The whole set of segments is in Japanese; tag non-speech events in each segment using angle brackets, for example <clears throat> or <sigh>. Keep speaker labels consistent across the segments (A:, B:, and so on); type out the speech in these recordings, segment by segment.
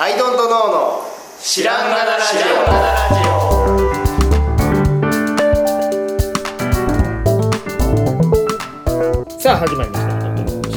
A: アイドントノーの知らんがなラジ
B: さあ始まりました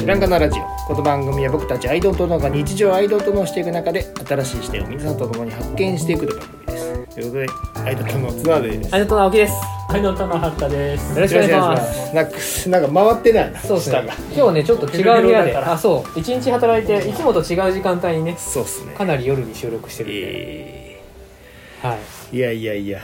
B: 「知らんがなラジオ」この番組は僕たちアイドルとのが日常をアイドルとのしていく中で新しい視点を皆さんと共に発見していくという番組ですということでアイドルとのツアーでです
C: アイドトの青木です。
D: はい、のたまはったです。
C: よろしくお願いします。
B: すなんかなんか回ってないな
C: そうです
B: 下
C: ね
B: が。
C: 今日ね、ちょっと違う部屋
D: ヘロヘロ
C: で、
D: だから
C: あ、そう、一日働いて、いつもと違う時間帯にね、
B: そうっすね
C: かなり夜に収録してるんで。
B: え
C: はい。
B: ーいやいやいや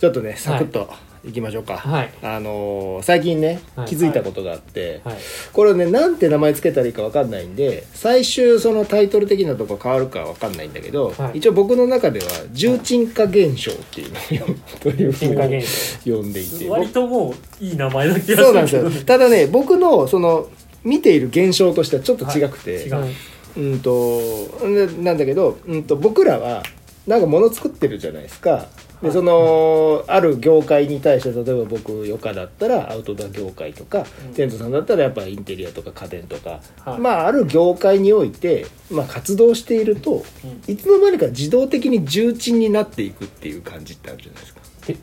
B: ちょっとねサクッといきましょうか、
C: はい
B: あのー最近ね
C: はい
B: 気づいたことがあって、
C: はい。
B: これをねなんて名前つけたらいいかわかんないんで最終そのタイトル的なとこ変わるかわかんないんだけど、
C: はい
B: 一応僕の中では重鎮化現象っていうのを呼ぶというふう
C: 進化
B: に
C: 現象。
B: 呼んでいて
D: 割ともういい名前な気がするけど。
B: そうなんですよただね僕のその見ている現象としてはちょっと違くて、
D: はい違う
B: うんとななんだけど、うん、と僕らはなんか物作ってるじゃないですか。でそのある業界に対して例えば僕ヨカだったらアウトドア業界とか、テントさんだったらやっぱインテリアとか家電とか、
D: はい
B: まあある業界において、まあ、活動していると、いつの間にか自動的に重鎮になっていくっていう感じってあるじゃないですか。
C: ベ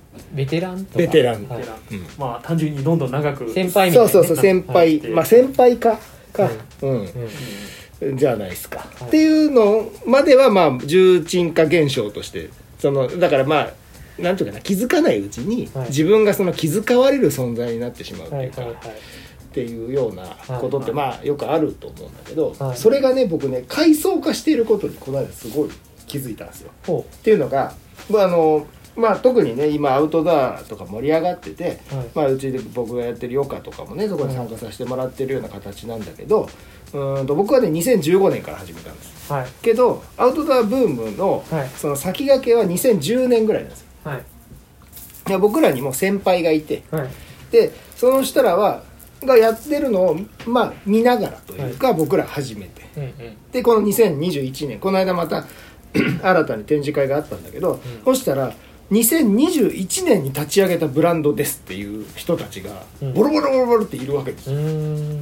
C: ベテランとか。
B: ベテラン
C: はい
B: うん
D: まあ単純にどんどん長く。
C: 先輩みたい
B: そ
C: な
B: う
C: ね。
B: そうそう先
C: はい。
B: 輩、まあ先輩かか、
C: はい
B: うん
C: うん
B: じゃないですか、っていうのまではまあ重鎮化現象としてそのだからまあなんていうかな気づかないうちに、
C: はい
B: 自分がその気遣われる存在になってしまうって
C: はいいう
B: か、
C: はいはい。
B: っていうようなことって
D: は
B: まあよくあると思うんだけど、
C: はい
B: それがね僕ね階層化していることにこの間すごい気づいたんですよ。
C: ほ
B: っていうのが、まああのまあ、特にね今アウトドアとか盛り上がってて、
C: はい
B: まあ、うちで僕がやってるヨカとかもねそこに参加させてもらってるような形なんだけど、うーんと僕はね2015年から始めたんです
C: う。はい。
B: けどアウトドアブームの,、
C: はい
B: その先駆けは2010年ぐらいなんですよ
C: はい。
B: で僕らにも先輩がいて
C: はい。
B: でその人らはがやってるのを、まあ、見ながらというか、僕ら始めて
C: うんうん。
B: でこの2021年この間また <clears throat> 新たに展示会があったんだけど、そしたら2021年に立ち上げたブランドですっていう人たちが
C: うん
B: ボロボロボロボロっているわけです
C: う
B: よ、
C: ー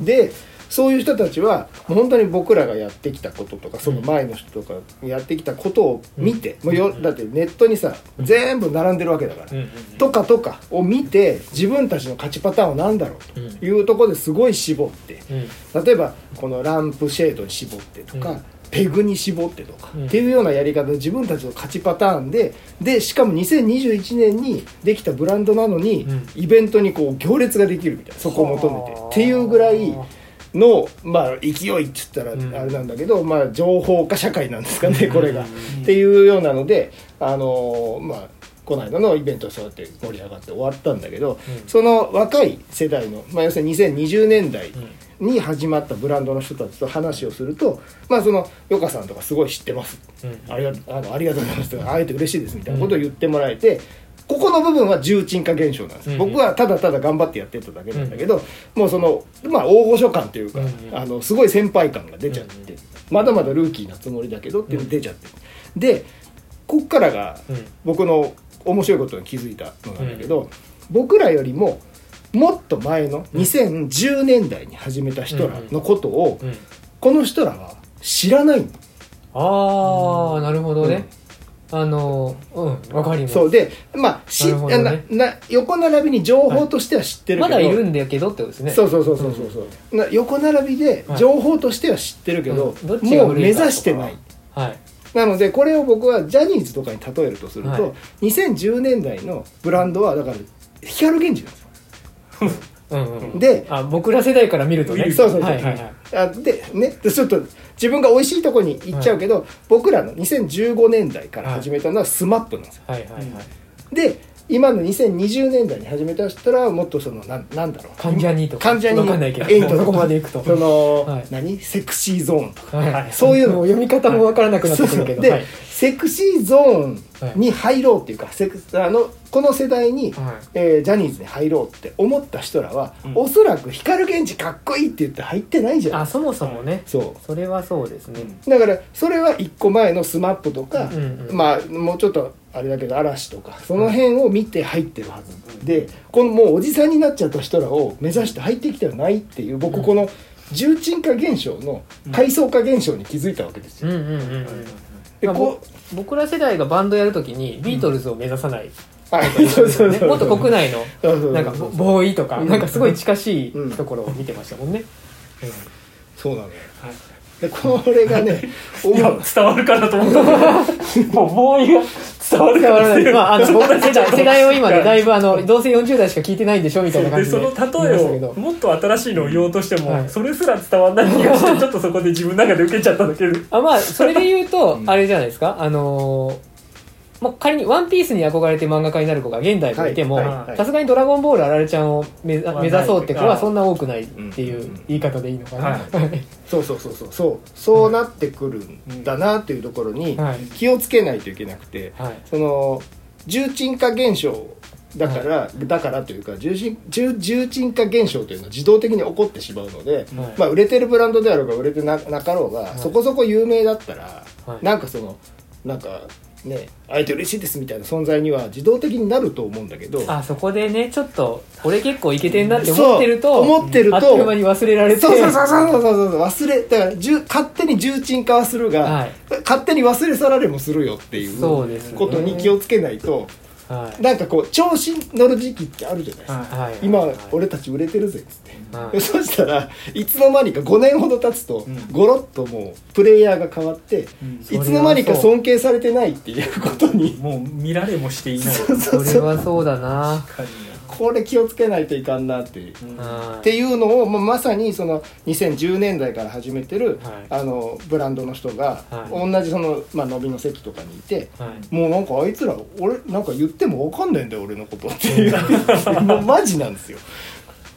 C: ん。
B: でそういう人たちはもう本当に僕らがやってきたこととかその前の人とかやってきたことを見て、もうよだってネットにさ全部並んでるわけだから、
C: うんうん。
B: とかとかを見て自分たちの勝ちパターンは何だろうというところですごい絞って、
C: うん。
B: 例えばこのランプシェードに絞ってとか、
C: うん
B: ペグに絞ってとか、
C: うん
B: っていうようなやり方で自分たちの勝ちパターンででしかも2021年にできたブランドなのに、
C: うん
B: イベントにこう行列ができるみたいなそこを求めて
C: はあ
B: っていうぐらいの、まあ、勢いっつったらあれなんだけど、まあ、情報化社会なんですかねこれが。っていうようなのであのーまあこの間のイベントはそうやって盛り上がって終わったんだけど、
C: うん
B: その若い世代の、まあ、要するに2020年代に始まったブランドの人たちと話をすると、まあ、そのヨカさんとかすごい知ってます、
C: うん
B: ありがあのありがとうございますとか会えて嬉しいですみたいなことを言ってもらえて。ここの部分は重鎮化現象なんです、
C: うん
B: 僕はただただ頑張ってやってただけなんだけど、もうその、まあ、大御所感というか、
C: うん
B: あのすごい先輩感が出ちゃって、まだまだルーキーなつもりだけどっていうの出ちゃって、でこっからが
C: うん
B: 僕の面白いことに気づいたのなんだけど、僕らよりももっと前の2010年代に始めた人らのことを、
C: うん。
B: この人らは知らないの
C: ああ、なるほどね。あの、うん、わかります。
B: そうでまあし
C: なるほどね
B: なな横並びに情報としては知ってるけ
C: ま
B: ど、
C: だいるんだけどってことですね。
B: そうそうそうそうそうそう、な横並びで
C: はい
B: 情報としては知ってるけど、
C: うんどっちが
B: もう
C: 古
B: 目
C: いかとか
B: 指してない
C: はい。
B: なのでこれを僕はジャニーズとかに例えるとすると、
C: はい
B: 2010年代のブランドはだから光源氏なんですよ
C: うんうん。
B: で
C: あ僕ら世代から見るとね
B: そうそうそう
C: はいはいはい
B: あでねでちょっと自分が美味しいとこに行っちゃうけど、僕らの2015年代から始めたのは SMAP なんですよ
C: はいはいはい
B: で今の2020年代に始めた人らはもっとそのなんなんだろう
C: 関ジャニとか
B: 関ジャニ
C: わかんないけど
B: エイトとか
C: <laughs> そこまで行くと
B: その、
C: はい
B: 何セクシーゾーンとか
C: はい
D: はい
B: そういうの
C: もう読み方もわからなくなっ
B: そう
C: てく
B: そ
C: る
B: う
C: けど
B: で、
C: はい
B: セクシーゾーンに入ろうっていうか、セクあのこの世代に、
C: はい
B: えージャニーズに入ろうって思った人らは、
D: うん
B: おそらく光源氏かっこいいって言って入ってないじゃん
C: あそもそもね
B: そ
C: それはそうですね
B: うだからそれは1個前の SMAP とか、
C: うんうん
B: まあもうちょっとあれだけど嵐とかその辺を見て入ってるはず、でこのもうおじさんになっちゃった人らを目指して入ってきてはないっていう僕この重鎮化現象の階層化現象に気づいたわけですよ
C: うんうんうんうん
B: で
C: まあ
B: こ
C: ぼ僕ら世代がバンドやるときにビートルズを目指さない、
B: う、はい、そうそう
C: ね
B: そう
C: もっと国内の
B: そうそうそう
C: なんかボボーイとか
B: うん
C: なんかすごい近し
B: うん
C: いところを見てましたもんね、
B: そうなのよ
D: はい
B: でこれがね
D: いや
B: 思う
D: 伝わるかなと思った
C: <laughs>
D: もうボーイが伝わる
C: だ
D: か
C: かららねまあ、
D: <laughs>
C: あの僕ら世代世代を今ねだいぶあのどうせ40代しか聞いてないんでしょみたいな感
D: で
C: じ
D: そ
C: で
D: の例えをもっと新しいのを言おうとしても、
C: はい
D: それすら伝わんない気が
C: <laughs>
D: してちょっとそこで自分の中で受けちゃったんだけど
C: あまあそれで <laughs> 言うとあれじゃないですかあのーまあ、仮に「ワンピースに憧れて漫画家になる子が現代もいても
B: はい
D: はい
C: さすがに「ドラゴンボールあられちゃん」を目ざ
D: は
C: 目指そうって子
D: ない
C: は
D: あ
C: そんな多くないってい
B: うん
C: う言い方でいいのかな、
D: は
B: そうそうそうそうそうそうなってくるんだなっていうところに
C: はい
B: 気をつけないといけなくて、
C: はい
B: その重鎮化現象だから、だからというか重心重重鎮化現象というのは自動的に起こってしまうので、
C: はい
B: まあ、売れてるブランドであろうが売れてななかろうが、
C: い
B: そこそこ有名だったら、
C: はい
B: なんかそのなんかね会えて嬉しいですみたいな存在には自動的になると思うんだけど。
C: あそこでねちょっと俺結構イケてんなって
B: そう
C: 思ってると
B: 思ってると
C: あっという間に忘れられて
B: そうそうそうそうそうそうそう忘れだから重勝手に重鎮化はするが、
C: はい
B: 勝手に忘れ去られもするよっていう
C: そうですね
B: ことに気をつけないと、
C: はい
B: なんかこう調子に乗る時期ってあるじゃないですか、
C: はいはい
B: 今、
C: はい
B: 俺たち売れてるぜっつって、
C: はい
B: そしたらいつの間にか5年ほど経つと、ゴロッともうプレイヤーが変わって、
D: ん
B: いつの間にか尊敬されてないっていうことに
D: もう見られもしていない
C: それはそうだな
D: 感じ
B: <laughs> これ気をつけないといかんなっていう。
C: は
B: っ
C: い
B: ていうのを、まあ、まさにその2010年代から始めてる、
C: はい
B: あのブランドの人が、
C: は
B: 同じその、まあ、伸びの席とかにいて、
C: はい
B: もうなんかあいつら俺なんか言っても分かんないんだよ俺のことっていう <laughs> もうマジなんですよ。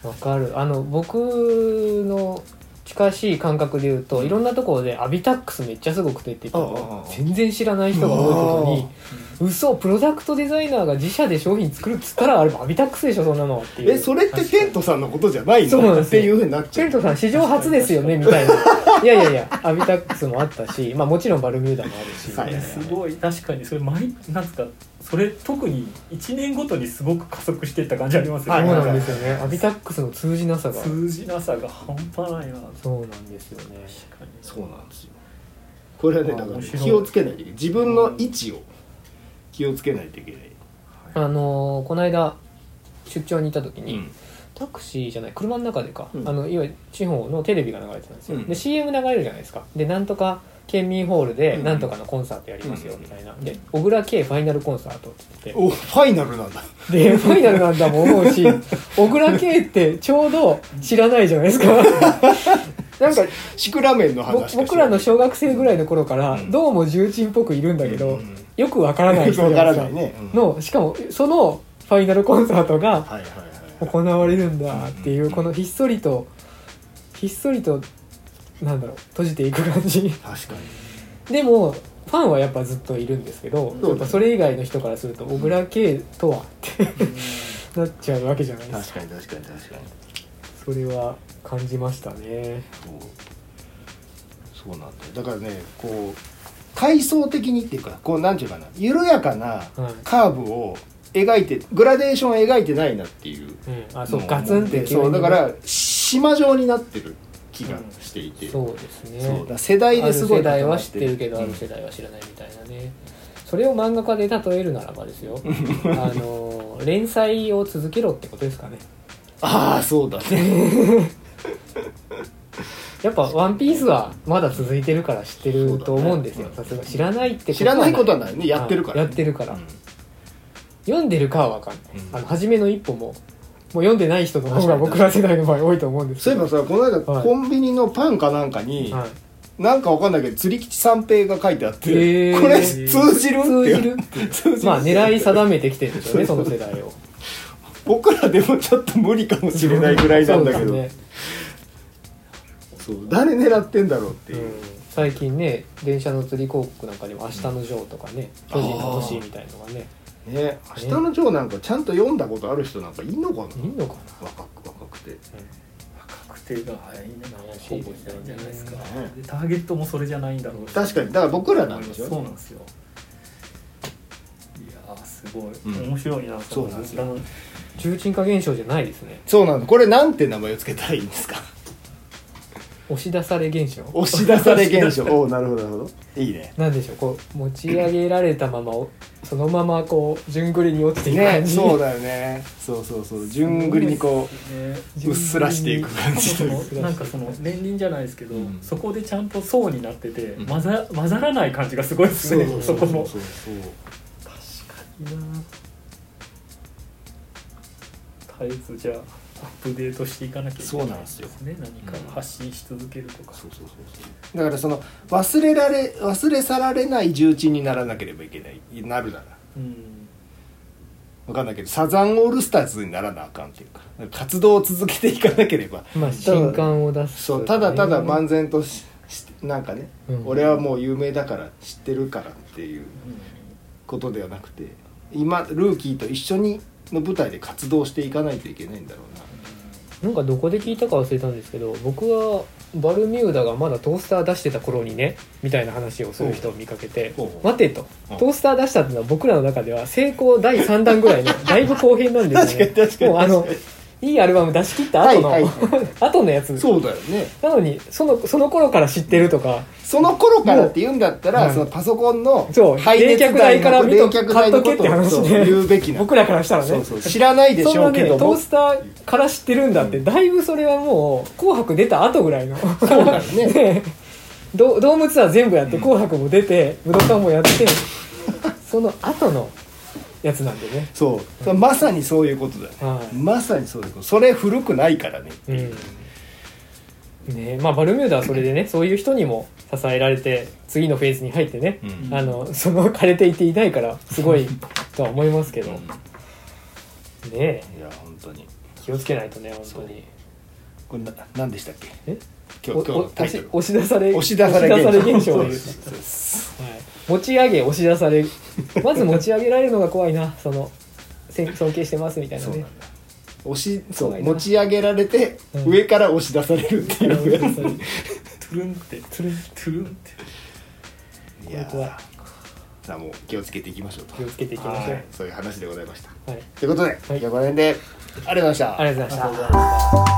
C: わかるあの僕の近しい感覚で言うと、いろんなところで「アビタックスめっちゃすごくて」って言った
B: ああああ
C: の全然知らない人が多いことに「嘘プロダクトデザイナーが自社で商品作るっつったらあれアビタックスでしょそんなの」っていう
B: えそれってテントさんのことじゃない
C: そうなん
B: の
C: で
B: っ
C: すよ
B: ていうふうになっち
C: チ
B: ゃ
C: ェ
B: う
C: ル。トさん史上初で
B: <laughs>
C: すよねみたいないやいやいやアビタックスもあったし、まあ、もちろんバルミューダもあるし、
B: はい
D: すごい確かにそれ毎なんすかそれ特に1年ごとにすごく加速していった感じありますよ
B: は
C: そ
B: いう
D: ね、
C: なんですよねアビタックスの通じなさが
D: 数字なさが半端ないな確
C: そうなんですよね
D: かに
B: そうなんですよこれはねだから
D: 面白い
B: 気をつけないといけない自分の位置を気をつけないといけない。
C: あのーこの間出張に行った時に、
B: うん
C: タクシーじゃない車の中でか、
B: うん
C: あのいわゆる地方のテレビが流れてたんです
B: う
C: よ、
B: ん
C: で CM 流れるじゃないですかでなんとか県民ホールで
B: うん
C: なんとかのコンサートやりますよ
B: うん
C: みたいな、で小倉圭ファイナルコンサートって言っ
B: おファイナルなんだ。
C: てでファイナルなんだもん思うし
B: <laughs>
C: 小倉圭ってちょうど知らないじゃな
B: <laughs>
C: いですかなんか
B: シクラメンの
C: ぼ
B: 話しか知
C: 僕らの
B: ない
C: 小学生ぐらいの頃から、
B: うん
C: どうも重鎮っぽくいるんだけど、
B: うんうん
C: よくわからない人
B: わ
C: じゃ
B: から
C: ないです
B: ないね。うん
C: のしかもそのファイナルコンサートが
B: はいはいはい。
C: 行われるんだっていうこのひっそりとひっそりとなんだろう閉じていく感じ <laughs>
B: 確かに。
C: でもファンはやっぱずっといるんですけど
B: うだね
C: やっぱそれ以外の人からすると小倉圭とはって <laughs> なっちゃうわけじゃないです
B: 確
C: か
B: かに確かに確かに。
C: それは感じましたね
B: そうそうなんだよだからねこう階層的にっていうかこうなんていうかな緩やかなカーブを描いてグラデーションを描いてないなっていう
C: うんあそう
B: のを
C: ガツンって急に
B: そうだから島状になってる気がしていて、
C: そ
B: そう
C: うですね
B: だから世代ですご
C: ある
B: い
C: 世代は知ってる
B: 固
C: けどあ
B: ま
C: る世代は知らないみたいなねそれを漫画家で例えるならばです
B: <laughs>
C: よあの連載を続けろってことですかね
B: ああそうだね
C: やっぱ「ワンピースはまだ続いてるから知ってると思うんですよ
B: そうだ
C: さ
B: ね
C: すが知らないって
B: 知らないことはないねやってるからね、
C: やってるから、
B: うん
C: 読んでるかは分かんない、
B: うん
C: あの初めの一歩ももう読んでない人の方が僕ら世代の場合多いと思うんです
B: そういえばさこの間、
C: はい
B: コンビニのパンかなんかに、
C: はい、
B: なんかわかんないけど釣り吉三平が書いてあって、
C: へー
B: これ通じるって
C: 通
B: いう
C: じるっていうまあ狙い定めてきてるんで
B: <laughs>
C: すよねその世代を
B: 僕らでもちょっと無理かもしれないぐらいなんだけど
C: そ
B: そうう、
C: ですね
B: 誰狙ってんだろうっていう、
C: うん最近ね電車の釣り広告なんかにも「明日のジョー」とかね「
B: うん
C: 巨人が欲しい」みたいのがね
B: ね明日のジョーなんかちゃんと読んだことある人なんかいんのかな、
C: いいのかな
B: 若く若くて
D: 確定が早いな
C: 怪し
D: ほ
C: い
D: ぼ
C: で
D: い
C: す
D: な
C: よ
D: いん
C: ね
D: じゃないですか、
B: ね
D: でターゲットもそれじゃないんだろうし
B: 確かにだから僕らなんでしょ
D: そうなんですよいやーすごい、
B: うん
D: 面白いな
B: そうなんですよ
D: の
C: 重鎮化現象じゃないですね <laughs>
B: そうなのこれなんて名前をつけたらいいんですか
C: 押し出され現象
B: 押し出され現象おおなるほどなるほどいいね
C: なんでしょうこう持ち上げられたままおそのままこう順繰りに落ちていく
B: ね
C: 感じ、
B: そうだよねそうそうそう順繰りにこううっすらしていく感じと
D: そ
B: いう
D: も
B: か
D: そもなんかその年輪じゃないですけど、
B: うん
D: そこでちゃんと層になってて、
B: うん
D: 混ざ混ざらない感じがすごいですねそこも
B: そうそう
D: いいなあ絶えずじゃあアップデートしていかなきゃいけない
B: <laughs> そうなんですよ
D: ね何かを発信し続けるとか、
B: そうそうそうそうだからその忘れられ忘れ去られない重鎮にならなければいけないなるなら
D: うん
B: わかんないけどサザンオールスターズにならなあかんっていうかなんか活動を続けていかなければ
C: まあ新刊を出す
B: そうただただ
C: ま
B: 漫然とししなんかね、
C: うん
B: 俺はもう有名だから知ってるからっていうことではなくて今ルーキーと一緒にの舞台で活動していかないといけないんだろうな
C: なんかどこで聞いたか忘れたんですけど僕はバルミューダがまだトースター出してた頃にねみたいな話をする人を見かけて
B: ほうほう
C: 「待て」と
B: うん
C: 「トースター出した」っていうのは僕らの中では成功第3弾ぐらいのだいぶ後編なんですよね
B: 確かに確かに
C: もうあのいいアルバム出し切った後の、
B: はいはい
C: <laughs> 後のやつ
B: そうだよね
C: なのにそのその頃から知ってるとか
B: その頃からって言うんだったら、
C: もう
B: そのパソコンの
C: そう冷却台から見と
B: 冷却台のこと
C: 買っとけって話
B: を
C: ね
B: 言うべきなの
C: 僕らからしたらね
B: そうそう知らないで
C: そん
B: しょ
C: な
B: うけ
C: ね
B: ど
C: ト
B: も
C: ースターから知ってるんだって、だいぶそれはもう「紅白」出た後ぐらいの
B: そうだよ
C: <laughs>
B: ね
C: でドドームツアー全部やって「紅白」も出て武道館もやってその後のやつなんでね
B: そうそれまさにそういうことだよね、
C: はい
B: まさにそういうことそれ古くないからねって
C: う
B: いうん
C: ねまあバルミューダはそれでねそういう人にも支えられて次のフェーズに入ってね、
B: うん
C: あのその枯れていていないからすごい
B: <laughs>
C: とは思いますけど、
B: うん
C: ねえ
B: いや本当に
C: 気をつけないとね本当に
B: これな何でしたっけ
C: え
B: 今
C: お
B: 日今日の
C: お
B: タイトル
C: 押し押し出され
B: 押し出され現象
C: 押し出され現象を言う
B: そうそうそうそ
C: はい持ち上げ押し出されまず持ち上げられるのが怖いなそのせ尊敬してますみたいな
B: うそう
C: ね
B: なんだ押しそ
C: 怖
B: う
C: いな
B: 持ち上げられて、
C: うん
B: 上から押し出されるっていうやつ
D: トゥルンって
C: つるん
D: トゥルンって
B: い
C: これ
B: や
C: 怖
B: ー
C: い
B: さあもう気をつけていきましょうと
C: 気をつけていきましょう
D: はい
B: そういう話でございました
C: はい、
B: ということで、
C: い
B: じゃあこの辺でありがとうございました
C: ありがとうございました
D: ありがとうございました